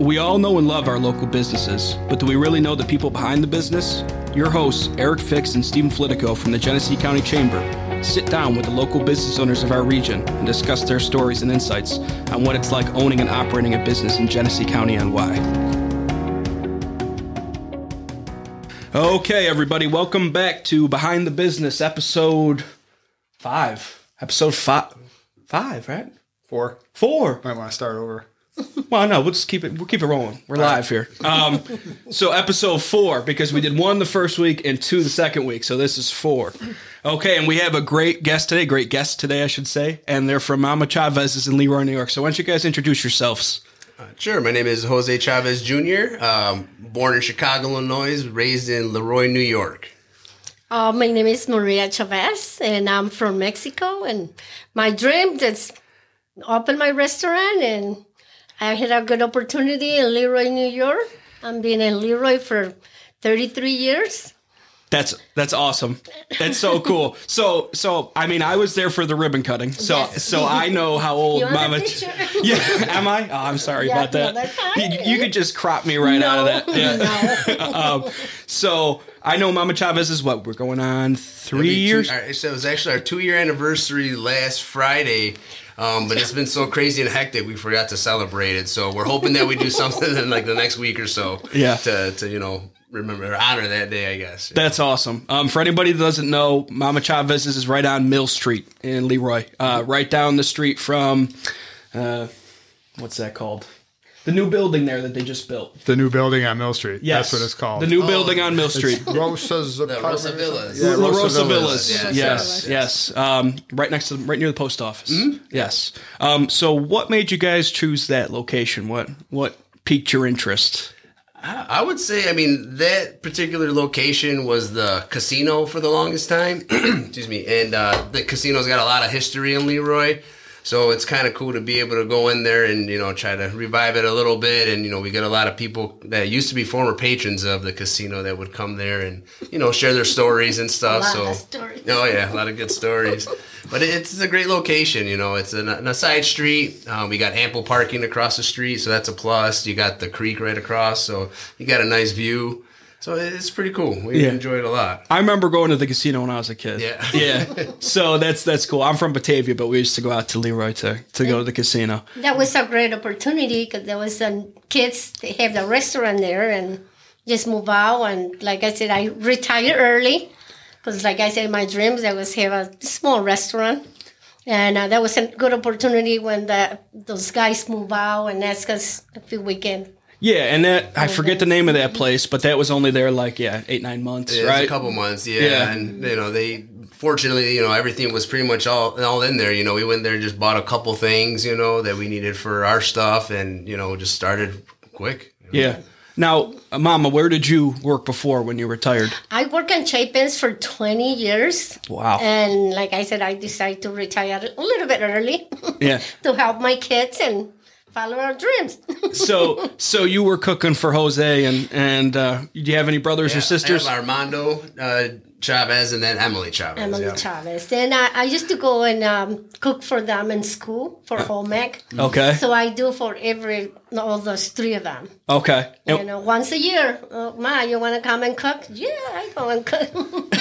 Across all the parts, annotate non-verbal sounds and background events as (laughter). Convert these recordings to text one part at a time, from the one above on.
We all know and love our local businesses, but do we really know the people behind the business? Your hosts, Eric Fix and Stephen Flitico from the Genesee County Chamber, sit down with the local business owners of our region and discuss their stories and insights on what it's like owning and operating a business in Genesee County and why. Okay, everybody, welcome back to Behind the Business, episode five. Episode five, five, right? Four. Four. Might want to start over. Well, no, we'll just keep it. We'll keep it rolling. We're live here. Um, so episode four because we did one the first week and two the second week. So this is four. Okay, and we have a great guest today. Great guest today, I should say. And they're from Mama Chavez's in Leroy, New York. So why don't you guys introduce yourselves? Sure. My name is Jose Chavez Jr., um, born in Chicago, Illinois, raised in Leroy, New York. Uh, my name is Maria Chavez, and I'm from Mexico. And my dream is open my restaurant, and I had a good opportunity in Leroy, New York. I've been in Leroy for 33 years. That's that's awesome. That's so cool. So so I mean I was there for the ribbon cutting. So Yes. so I know how old You want a Mama. picture? yeah, (laughs) am I? Oh, I'm sorry Yeah, about no, that. that's You- fine. you, could just crop me right out of (laughs) that. Yeah. um, so I know Mama Chavez is what we're going on three It'll be two- years. our- so it was actually our two-year anniversary last Friday, um, but it's been so crazy and hectic we forgot to celebrate it. So we're hoping that we do (laughs) something in like the next week or so. Yeah. To, to you know remember or honor that day, I guess. That's awesome. Um, for anybody that doesn't know, Mama Chavez is right on Mill Street in Leroy, uh, right down the street from uh, what's that called? The new building there that they just built. The new building on Mill Street. Yes, That's what it's called. Oh, The (laughs) new building on Mill Street. It's Rosa's the apartment. Rosa Villas. Yeah, La Rosa Rosa Villas. Villas. Yes, Yes, yes, yes. Um, right next to, right near the post office. Mm-hmm. Yes. Um, so, what made you guys choose that location? What what piqued your interest? I would say, I mean, that particular location was the casino for the longest time. (clears throat) Excuse me. And uh, the casino's got a lot of history in Leroy. So it's kind of cool to be able to go in there and, you know, try to revive it a little bit. And, you know, we get a lot of people that used to be former patrons of the casino that would come there and, you know, share their stories and stuff. A lot so, of stories. oh, yeah, a lot of good stories. But it- it's a great location, you know, it's an, an a side street. Um, we got ample parking across the street, so that's a plus. You got the creek right across, so you got a nice view. So it- it's pretty cool. We Yeah. enjoyed it a lot. I remember going to the casino when I was a kid. Yeah. (laughs) yeah. So that's that's cool. I'm from Batavia, but we used to go out to Leroy to to go to the casino. That was a great opportunity because there was some kids, they have the restaurant there and just move out. And like I said, I retired early because like I said, my dreams, I was have a small restaurant. And uh, that was a good opportunity when the, those guys move out and ask us if we can. Yeah, and that I forget the name of that place, but that was only there like yeah eight nine months, It was right? a couple months, yeah, Yeah. And you know, they fortunately, you know, everything was pretty much all all in there. You know, we went there and just bought a couple things, you know, that we needed for our stuff, and you know, just started quick. yeah. Now, uh, Mama, where did you work before when you retired? I worked on Chapin's for 20 years. Wow. And like I said, I decided to retire a little bit early (laughs) Yeah. to help my kids and follow our dreams. (laughs) so so you were cooking for Jose and and uh, do you have any brothers or I have sisters? Armando uh, Chavez, and then Emily Chavez. Emily yeah. Chavez. Then I, I used to go and um, cook for them in school for home ec. Okay. So I do for every all those three of them. Okay. You And- know, once a year, oh, Ma, you want to come and cook? Yeah, I go and cook.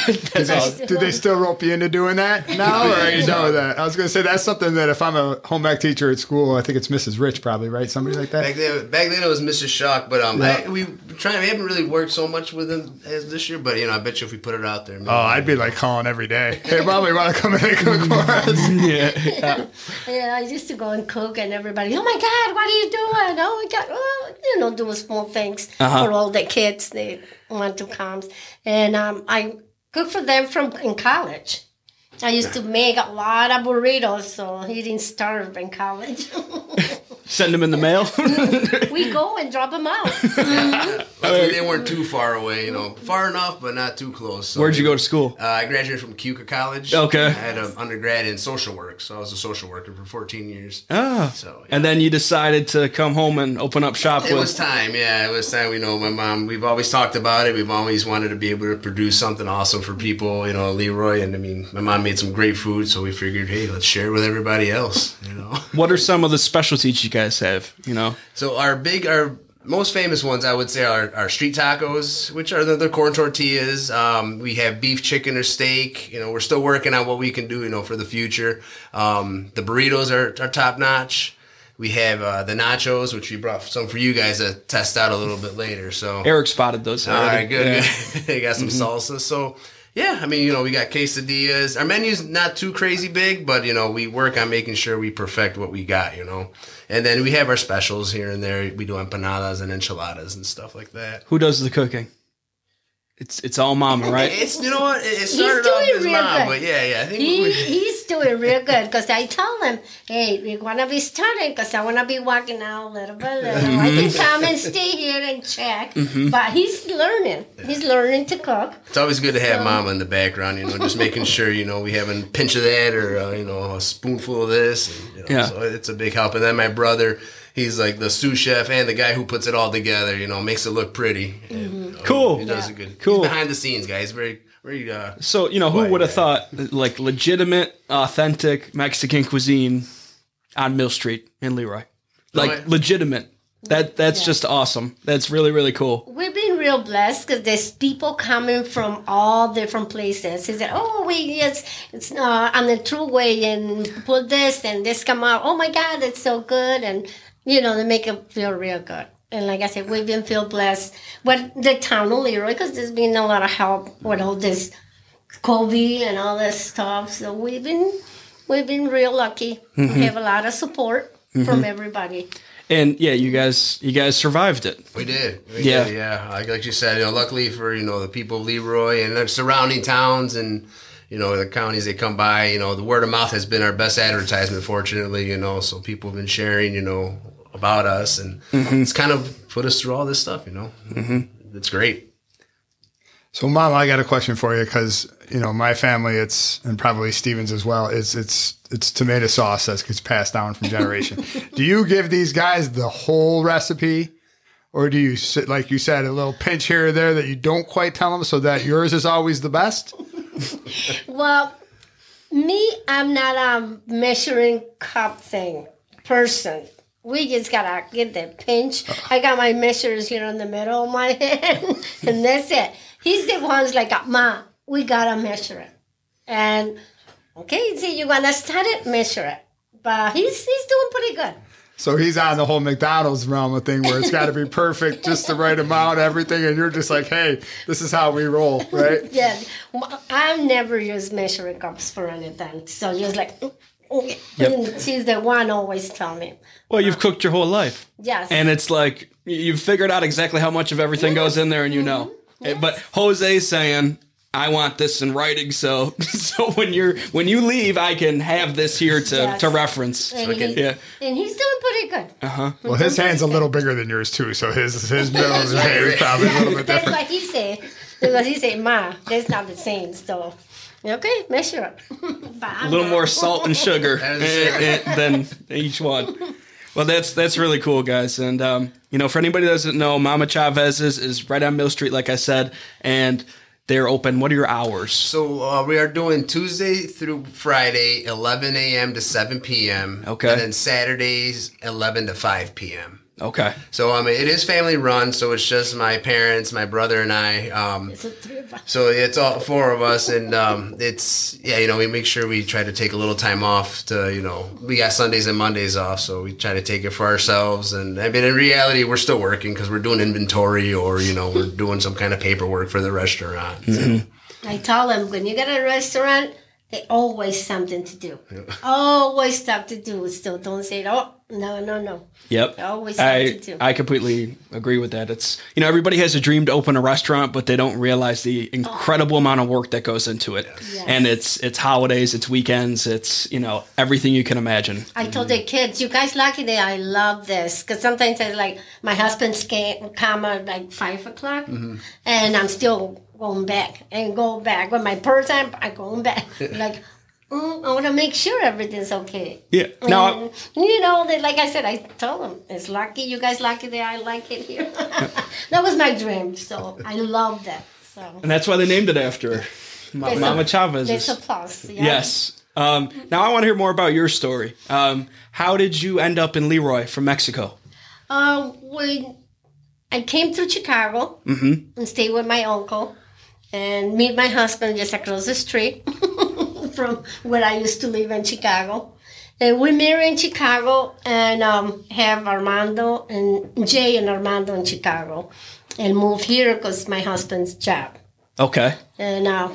Did (laughs) they, did Uh, they still rope you into doing that now, or are you done with that? I was going to say that's something that if I'm a home ec teacher at school, I think it's Mrs. Rich probably, right? Somebody like that. Back then, back then it was Mrs. Shock, but um, Yeah. I, we trying we haven't really worked so much with him as this year, but you know, I bet you if we put it out there, Oh, I'd be like calling every day. Hey, mom, you want to come in and cook for us? yeah. yeah, I used to go and cook, and everybody, oh my God, what are you doing? Oh my God, oh, you know, do small things for all the kids they want to come. And um, I cook for them from in college. I used to make a lot of burritos, so he didn't starve in college. (laughs) Send them in the mail. (laughs) we go and drop them out. Luckily, they weren't too far away, you know, far enough but not too close. So Where'd you go to school? Uh, I graduated from Cuca College. Okay. I had an undergrad in social work, so I was a social worker for 14 years. Ah. So yeah. And then you decided to come home and open up shop it was with. time, yeah, it was time. We know my mom. We've always talked about it. We've always wanted to be able to produce something awesome for people, you know, Leroy. And I mean, my mom made some great food, so we figured, hey, let's share it with everybody else, you know. (laughs) What are some of the specialties you guys have? You know. So our big our most famous ones I would say are, are street tacos, which are the, the corn tortillas. Um, we have beef, chicken, or steak. You know, we're still working on what we can do. You know, for the future. Um, the burritos are, are top notch. We have uh, the nachos, which we brought some for you guys to test out a little bit later. So Eric spotted those. all already. right, good. Yeah. good. (laughs) they got some salsa. So yeah, I mean, you know, we got quesadillas. Our menu's not too crazy big, but you know, we work on making sure we perfect what we got. You know, and then we have our specials here and there. We do empanadas and enchiladas and stuff like that. Who does the cooking? It's it's all mama, right? It's you know what it it started doing off as real mom, good. but yeah, yeah. I think He, we, he's doing real good because I told him, hey, we want to be starting because I want to be walking out a little bit. little. I can come and stay here and check. But he's learning. He's learning to cook. it's always good to have mama in the background. You know, just making sure you know we having a pinch of that or uh, you know a spoonful of this. And, you know, Yeah. So it's a big help. And then my brother, he's like the sous chef and the guy who puts it all together. You know, makes it look pretty. And, you know, Cool. He does a good. Cool. Cool. He's behind the scenes, guys. Very, very. Uh, So you know who Right, would have yeah. thought like legitimate, authentic Mexican cuisine on Mill Street in Leroy, like Right. legitimate. That that's just awesome. That's really really cool. We've been real blessed because there's people coming from all different places. He said, "Oh, we yes, it's uh, on the true way and put this and this come out. Oh my God, it's so good!" And you know, they make it feel real good. And like I said, we've been feel blessed with the town of Leroy because there's been a lot of help with all this COVID and all this stuff. So we've been we've been real lucky. We have a lot of support from everybody. And yeah, you guys you guys survived it. We did. We Yeah. did, yeah. Like, like you said, you know, luckily for, you know, the people of Leroy and their surrounding towns and, you know, the counties they come by, you know, the word of mouth has been our best advertisement, fortunately, you know, so people have been sharing, you know, about us and Mm-hmm. it's kind of put us through all this stuff, you know. Mm-hmm. It's great. So, Mom, I got a question for you because you know my family, it's and probably Stevens as well. It's it's it's tomato sauce that gets passed down from generation. do you give these guys the whole recipe, or do you sit like you said a little pinch here or there that you don't quite tell them so that yours is always the best? Well, me, I'm not a measuring cup thing person. We just gotta get that pinch. I got my measures here in the middle of my (laughs) head, and that's it. He's the ones like, Ma, we gotta measure it. And okay, so you wanna start it, measure it. But he's he's doing pretty good. So he's on the whole McDonald's realm of thing where it's got to be perfect, just the right amount, everything, and you're just like, hey, this is how we roll, right? Yeah, Well, I've never used measuring cups for anything. So just like, okay. (laughs) she's the one always tell me. Well, you've cooked your whole life. Yes. And it's like y- you've figured out exactly how much of everything goes in there, and you know. Eh, But Jose's saying, "I want this in writing, so (laughs) so when you're when you leave, I can have this here to Yes. to reference." and, Okay. he- Yeah. and he's doing pretty (laughs) good. Well, his hand's a little bigger than yours too, so his his middle of his hand is probably a little bit (laughs) That's different. what he said. Because he said, Ma, that's not the same. So, okay, measure up. (laughs) A little more salt and sugar eh, eh, than each one. Well, that's that's really cool, guys. And um, you know, for anybody that doesn't know, Mama Chavez's is right on Mill Street, like I said, and they're open. What are your hours? So uh, we are doing Tuesday through Friday, 11 a.m. to 7 p.m. Okay. And then Saturdays, 11 to 5 p.m. Okay. So I mean, it is family run. So it's just my parents, my brother, and I. Um, So three of us. so it's all four of us, and um, it's yeah, you know, we make sure we try to take a little time off to you know, we got Sundays and Mondays off, so we try to take it for ourselves. And I mean, in reality, we're still working because we're doing inventory or you know, we're doing some kind of paperwork for the restaurant. I tell him, when you get a restaurant, they always something to do. Always stuff to do. So don't say, oh, no, no, no. Yep. I always I, liked it too. I completely agree with that. It's you know everybody has a dream to open a restaurant, but they don't realize the incredible amount of work that goes into it. Oh. Yes. And it's it's holidays, it's weekends, it's you know everything you can imagine. I told the kids, you guys lucky that I love this because sometimes it's like my husband's ca- come at like five o'clock, and I'm still going back and go back with my purse. I'm, I'm going (laughs) back like. Mm, I want to make sure everything's okay. Yeah. Now And, you know, they, like I said, I told them it's lucky. You guys lucky that I like it here. (laughs) that was my dream, so I love that. So and that's why they named it after her. Ma- There's a- Mama Chavez. there's is- applause. Yeah. Yes. Um, now I want to hear more about your story. Um, how did you end up in Leroy from Mexico? Um, we Uh, I came to Chicago and stayed with my uncle and meet my husband just across the street (laughs) from where I used to live in Chicago. And we married in Chicago and um, have Armando and Jay and Armando in Chicago and moved here because my husband's job. Okay. And uh,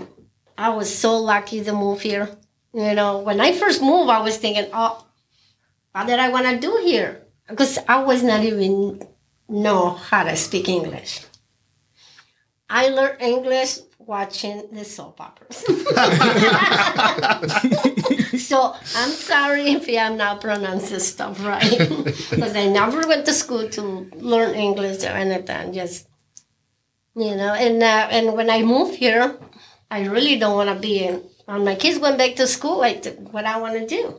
I was so lucky to move here. You know, when I first moved, I was thinking, oh, what did I want to do here? Because I was not even know how to speak English. I learned English watching the soap operas. (laughs) so I'm sorry if I'm not pronouncing stuff right. Because I never went to school to learn English or anything. Just you know and uh, and when i moved here i really don't want to be in when my kids went back to school i did what i want to do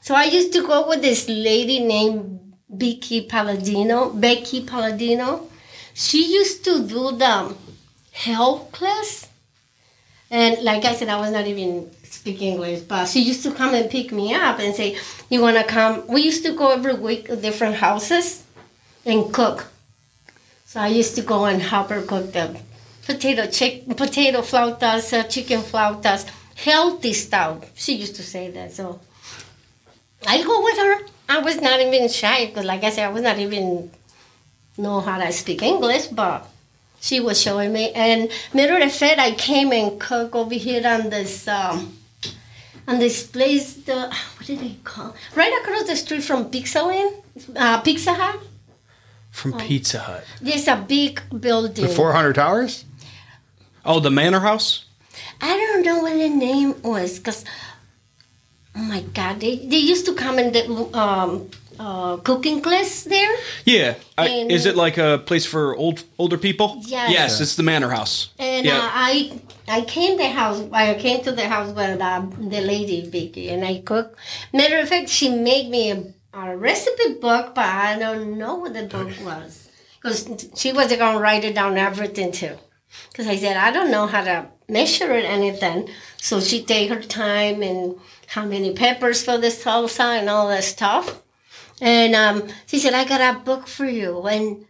so i used to go with this lady named becky palladino becky palladino she used to do the help class and like i said i was not even speaking english but she used to come and pick me up and say you want to come we used to go every week to different houses and cook so I used to go and help her cook the potato chick, potato flautas, uh, chicken flautas, healthy stuff. She used to say that. So I go with her. I was not even shy because, like I said, I was not even know how to speak English, but she was showing me. And matter of fact, I came and cook over here on this. Um, on this place, the what did they call? Right across the street from Pizza Inn, uh, Pizza Hut. From Pizza Hut. There's a big building. The 400 Towers? Oh, the Manor House? I don't know what the name was because, oh my God, they, they used to come in the um, uh, cooking class there. Yeah. I, And- is it like a place for old older people? Yes. Yes, it's the Manor House. And yeah. uh, I I came the house I came to the house with uh, the lady Vicky and I cook. Matter of fact, she made me a, a recipe book, but I don't know what the book was because she was gonna write it down everything too. Because I said I don't know how to measure it anything, so she take her time and how many peppers for the salsa and all that stuff. And um, she said, I got a book for you. And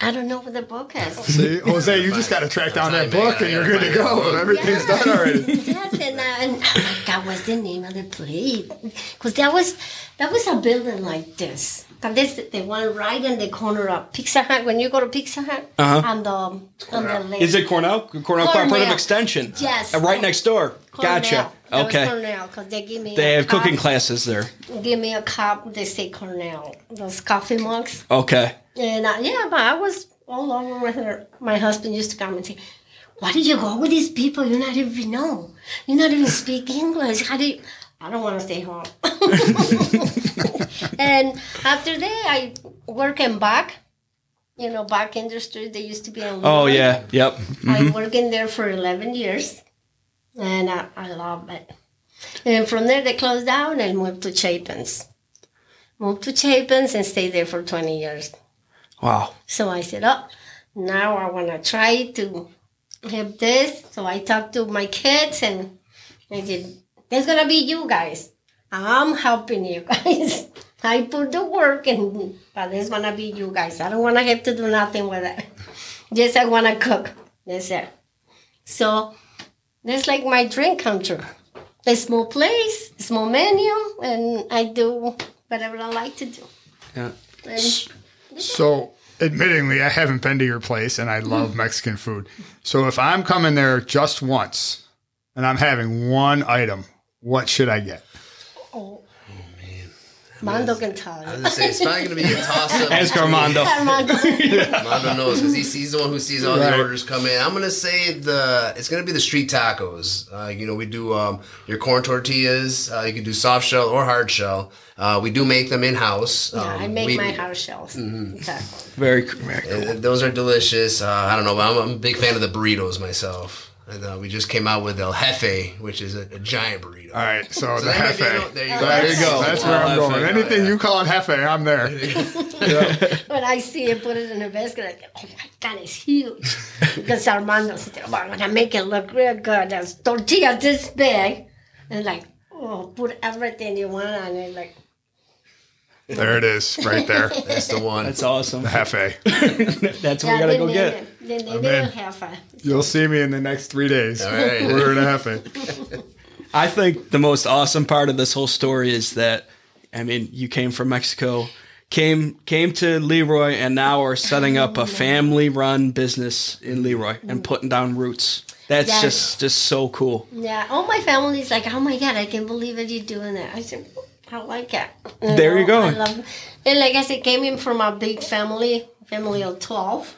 I don't know what the book is. See, Jose, you just got to track down that book and you're good to go. Everything's done (laughs) already. yes, and, uh, and oh my God, what's the name of the place? Because that was that was a building like this. And this the one right in the corner of Pizza Hut. When you go to Pizza Hut, Uh-huh. on the on the left. is it Cornell? Cornell, Cooperative Cornell. Extension. Yes. Uh, Right next door. Cornell. Gotcha. That was okay. Cornell, Uh, 'cause they give me They a have cup- cooking classes there. Give me a cup. They say Cornell. Those coffee mugs. Okay. And uh, yeah, but I was all over with her. My husband used to come and say, "Why did you go with these people? You're not even know. You're not even speak English. How do you?" I don't want to stay home. (laughs) and after that, I work in back. You know, back industry. They used to be in. Oh Lehman. yeah. Mm-hmm. Yep. I worked in there for 11 years, and I, I love it. And from there, they closed down and moved to Chapin's. Moved to Chapin's and stayed there for 20 years. Wow. So I said, oh, now I want to try to have this. So I talked to my kids and I said, there's going to be you guys. I'm helping you (laughs) guys. I put the work in, but there's going to be you guys. I don't want to have to do nothing with it. Just I want to cook. That's it. So that's like my dream come true. A small place, small menu, and I do whatever I like to do. Yeah. And So, admittingly, I haven't been to your place and I love Mexican food. So, if I'm coming there just once and I'm having one item, what should I get? Mondo can I tell was you. gonna say it's probably gonna be a toss up. Ask Armando. Armando. Mondo knows because he, he's the one who sees all Right. the orders come in. I'm gonna say the it's gonna be the street tacos. Uh, you know, we do um, your corn tortillas. Uh, you can do soft shell or hard shell. Uh, we do make them Um, in house. Yeah, I make my house shells. Exactly. Very. cool. uh, Those are delicious. Uh, I don't know, but I'm, I'm a big fan of the burritos myself. And uh, we just came out with El Jefe, which is a, a giant burrito. All right. So, So the that might be- jefe. There you go. There you go. Jefe. That's where I'm Jefe. going. Anything you call it jefe, I'm there. When I see it, put it in a basket, I go, oh my God, it's huge. because Armando said, oh, I'm going to make it look real good. There's tortillas this big. And like, oh, put everything you want on it. Like, There it is, right there. That's the one. That's awesome. (laughs) Hefe. That's what we gotta they go made get. it. They, they in. didn't have a. You'll see me in the next three days. All (laughs) right. We're in a Hefe. I think the most awesome part of this whole story is that I mean, you came from Mexico, came came to Leroy and now are setting up a family run business in Leroy and putting down roots. That's Yes. just just so cool. Yeah, all my family's like, oh my god, I can't believe that you're doing that. I said, I like it. There you go. I love, and like I said, came in from a big family, family of 12.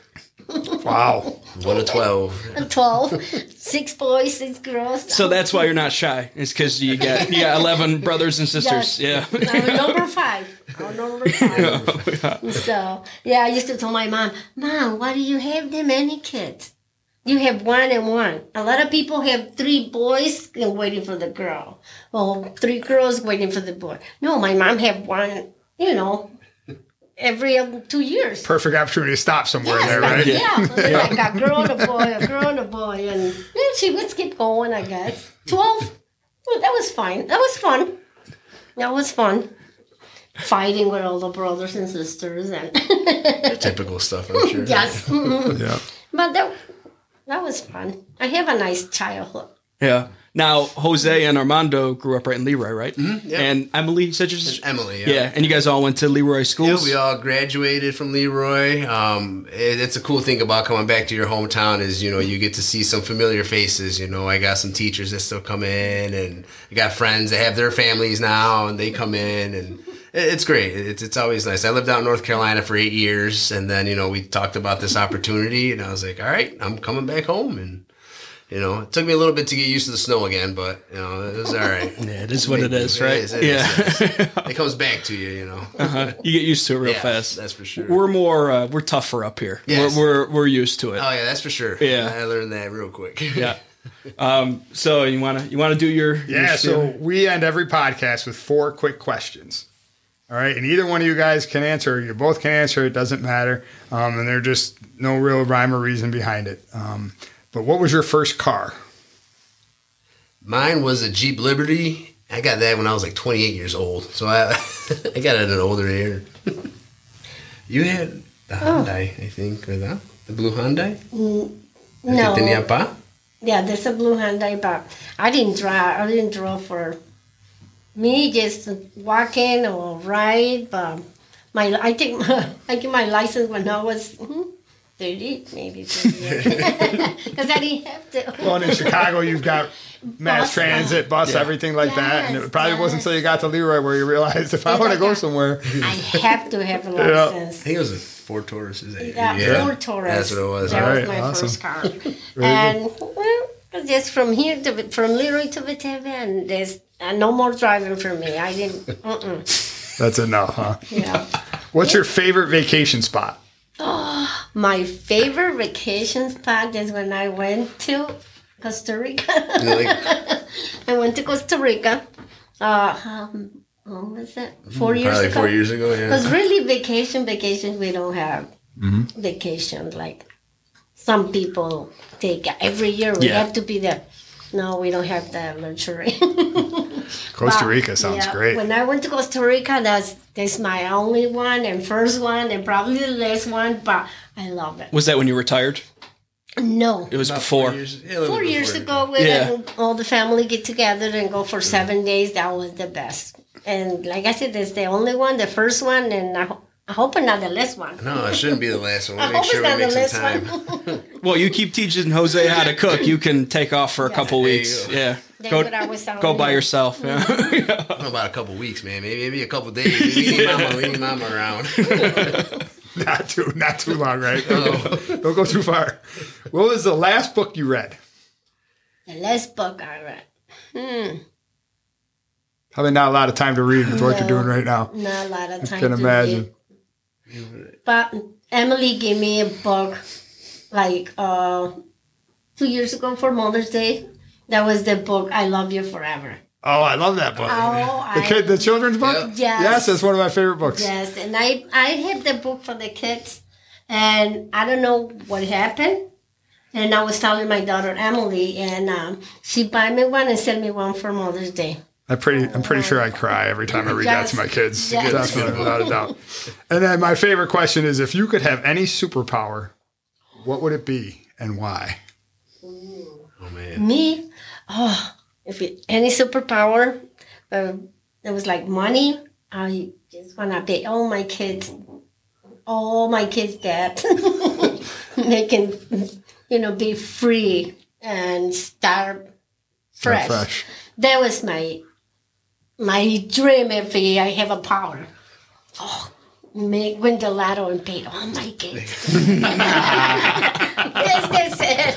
Wow. One of twelve. 12, (laughs) six boys, six girls. So that's why you're not shy. It's because you got you got eleven brothers and sisters. Yeah. (laughs) I'm number five. I'm number five. So yeah, I used to tell my mom, Mom, why do you have that many kids? You have one and one. A lot of people have three boys and waiting for the girl. Or three girls waiting for the boy. No, my mom had one, you know, every um, two years. Perfect opportunity to stop somewhere Yes, there, but right? yeah, like a girl and a boy, a girl and a boy, and then she would keep going, I guess. Twelve, well, that was fine. That was fun. That was fun. Fighting with all the brothers and sisters, and (laughs) Typical stuff, I'm sure. yes, but Yeah. that that was fun. I have a nice childhood. Yeah. Now Jose and Armando grew up right in Leroy, right? Mm-hmm, yeah. And Emily, you said your sister. Emily. Yeah. and you guys all went to Leroy Yeah, schools. we all graduated from Leroy. Um, it, it's a cool thing about coming back to your hometown is you know you get to see some familiar faces. You know, I got some teachers that still come in, and I got friends that have their families now, and they come in, and it, it's great. It's it's always nice. I lived out in North Carolina for eight years, and then you know we talked about this opportunity, and I was like, all right, I'm coming back home, and you know it took me a little bit to get used to the snow again, but you know it was all right. (laughs) Yeah, it is what it is, right? is, it yeah, is, It comes back to you, you know. Uh, you get used to it real Yeah, fast. that's for sure. We're more uh, we're tougher up here. Yes. We're, we're we're used to it. Oh yeah, that's for sure. Yeah. I learned that real quick. yeah. Um. So you wanna you wanna do your Yeah, your so spiel? we end every podcast with four quick questions. All right, and either one of you guys can answer, or you both can answer, it doesn't matter. Um, and there's just no real rhyme or reason behind it. Um, but what was your first car? Mine was a Jeep Liberty. I got that when I was like 28 years old. So I (laughs) I got it at an older year. (laughs) you had the Oh. Hyundai, I think, or the the blue Hyundai. No, Que tenía pa? yeah, there's a blue Hyundai, but I didn't drive. I didn't draw for me just walking or ride. But my, (laughs) I think I get my license when I was hmm, thirty, maybe, (laughs) because I didn't have to. Well, and in Chicago, you've got mass (laughs) Bus. transit, bus, everything like that. And it Yes, probably wasn't yes. until you got to Leroy where you realized if I want to (laughs) go somewhere, I have to have a Yeah. license. I think it was a Ford Taurus. Is it? Yeah, Ford That's Taurus. what it was. That All was right, my awesome. first car. and well, just from here to from Leroy to Batavia, and there's uh, no more driving for me. I didn't. Mm-mm, that's enough, huh? yeah. What's your favorite vacation spot? My favorite vacation spot is when I went to Costa Rica. (laughs) You know, (laughs) like, I went to Costa Rica. Uh, um, when was it? Four years Mm, probably ago. four years ago. Yeah. Because really, vacation, vacation, we don't have Mm-hmm. vacation like some people take every year. We Yeah. have to be there. No, we don't have that luxury. (laughs) Costa Rica sounds Yeah, great. When I went to Costa Rica, that's that's my only one and first one and probably the last one, but I love it. was that when you retired? No. It was About before. years, yeah, a little Four bit years before. ago, we Yeah. all the family get together and go for seven days. That was the best. And like I said, that's the only one, the first one, and I, ho- I hope not the last one. No, it shouldn't be the last one. (laughs) I We'll make hope sure it's we not the make last some time. one. Well, you keep teaching Jose how to cook. You can take off for a couple There you weeks. go. Yeah. (laughs) That's Go what I was telling go by you. yourself. Yeah. (laughs) (laughs) I don't know about a couple weeks, man. Maybe maybe a couple days. We need mama. We need mama around. (laughs) (laughs) Not too, not too long, (laughs) right? Don't go too far. What was the last book you read? The last book I read. Probably not a lot of time to read with what you're No. doing right now. Not a lot of time. can to imagine. read. But Emily gave me a book like uh, two years ago for Mother's Day. That was the book I Love You Forever. Oh, I love that book. Oh, the I- kid, the children's book. Yeah. Yes. yes, that's one of my favorite books. Yes, and I I had the book for the kids, and I don't know what happened. And I was telling my daughter Emily, and um, she buy me one and sent me one for Mother's Day. I pretty, I'm pretty sure I cry every time I read that to my kids. Yes. Definitely, without a doubt. And then my favorite question is if you could have any superpower, what would it be and why? Oh man. Me, oh, if it, any superpower, uh, it was like money. I just wanna pay all my kids, all my kids' debt, (laughs) making you know be free and start fresh. Fresh. That was my my dream. If I have a power, oh, make win the lotto and pay all my kids. that's, that's it.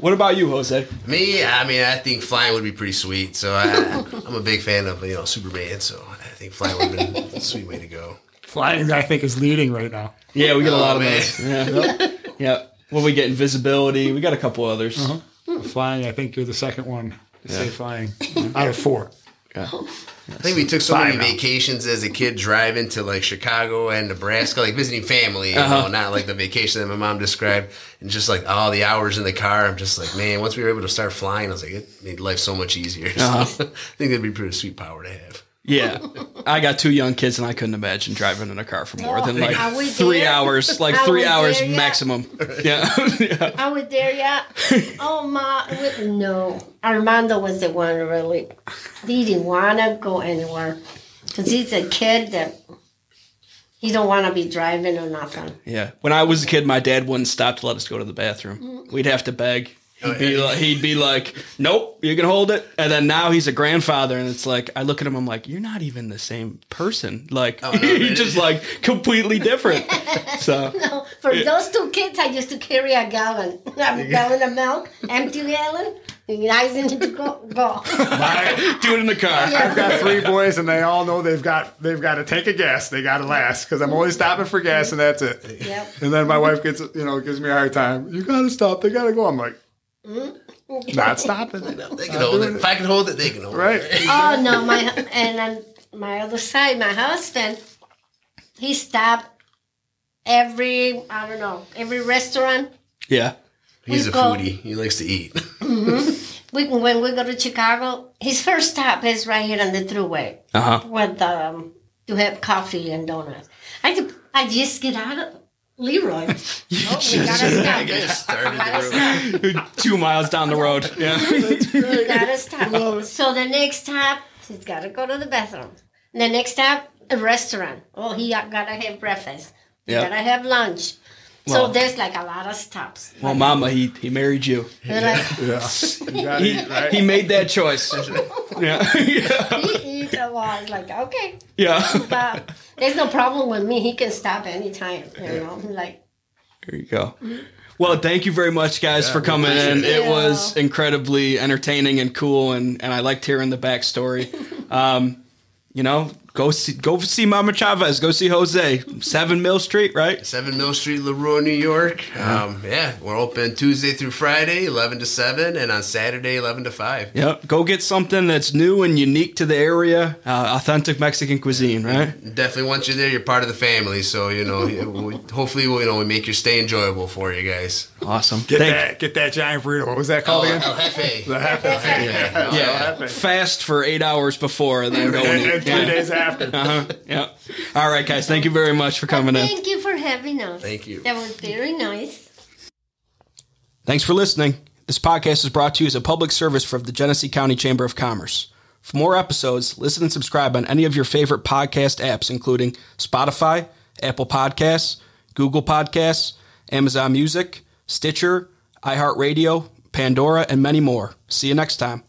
What about you, Jose? Me, I mean, I think flying would be pretty sweet. So I, I'm a big fan of you know Superman. So I think flying would have been a sweet way to go. Flying, I think, is leading right now. Yeah, we get a lot of Oh, man. those. Yeah. (laughs) yeah. What we get? Invisibility. We got a couple others. Uh-huh. Flying, I think you're the second one to say flying out of four. I think we took so many Fine, though. vacations as a kid driving to like Chicago and Nebraska, like visiting family, you know, not like the vacation that my mom described. And just like all the hours in the car, I'm just like, man, once we were able to start flying, I was like, it made life so much easier. (laughs) So I think that'd be a pretty sweet power to have. Yeah. I got two young kids, and I couldn't imagine driving in a car for more than like Are we three there? hours, like Are three we hours there yet? maximum. (laughs) Yeah. (laughs) yeah. I was there yet. Oh my! we- No, Armando was the one really. He didn't wanna go anywhere because he's a kid that he don't wanna be driving or nothing. Yeah. When I was a kid, my dad wouldn't stop to let us go to the bathroom. Mm. We'd have to beg. Oh, He'd be, like, he'd be like, nope, you can hold it. And then now he's a grandfather. And it's like, I look at him, I'm like, you're not even the same person. Like, Oh, (laughs) no, he's it- just like completely (laughs) different. so, No, (laughs) for those two kids, I used to carry a gallon, a gallon of milk, empty gallon. And I needed to go. go. do it in the car. I've got three boys, and they all know they've got they've got to take a gas. They got to last because I'm always stopping for gas, and that's it. Yep. And then my wife gets you know gives me a hard time. You got to stop. They got to go. I'm like, not stopping. They can hold it. If I can hold it, they can hold Right. (laughs) it. Oh no, my and on my other side, my husband, he stopped every I don't know every restaurant. Yeah. He's a We go- foodie. He likes to eat. We when we go to Chicago, his first stop is right here on the thruway Uh huh. with um to have coffee and donuts. I ju- I just get out of Leroy. oh, we (laughs) gotta stop. I started Gotta the room. (laughs) stop. Two miles down the road. Yeah. You (laughs) gotta stop. So the next stop, he's gotta go to the bathroom. The next stop, a restaurant. Oh, he gotta have breakfast. He Yep. gotta have lunch. Well- so there's like a lot of stops. well, mama, he, he married you. They're like, (laughs) Yeah. You gotta He, eat, right? he made that choice. (laughs) yeah. (laughs) yeah. he eats a lot. It's Like, okay, (laughs) Yeah. but there's no problem with me. He can stop anytime. You know, like There you go. Well, thank you very much, guys, for coming in. It Yeah. was incredibly entertaining and cool, and, and I liked hearing the backstory. Um, you know, go see go see Mama Chavez, go see Jose, Seven Mill Street, right? Seven Mill Street, Leroy, New York. Um, yeah, we're open Tuesday through Friday, eleven to seven, and on Saturday, eleven to five. Yep. Go get something that's new and unique to the area, uh, authentic Mexican cuisine, right? Definitely, once you're there, you're part of the family. So you know, (laughs) we, hopefully, we, you know, we make your stay enjoyable for you guys. Awesome. get Thank- that get that giant burrito. What was that called again? Jefe. The half Oh, Yeah. Yeah. Fast for eight hours before, and then go and (laughs) and, eat. (laughs) and three days after. Uh-huh. Yep. All right, guys. Thank you very much for coming in. thank you for having us. Thank you. That was very nice. Thanks for listening. This podcast is brought to you as a public service from the Genesee County Chamber of Commerce. For more episodes, listen and subscribe on any of your favorite podcast apps, including Spotify, Apple Podcasts, Google Podcasts, Amazon Music, Stitcher, iHeartRadio, Pandora, and many more. See you next time.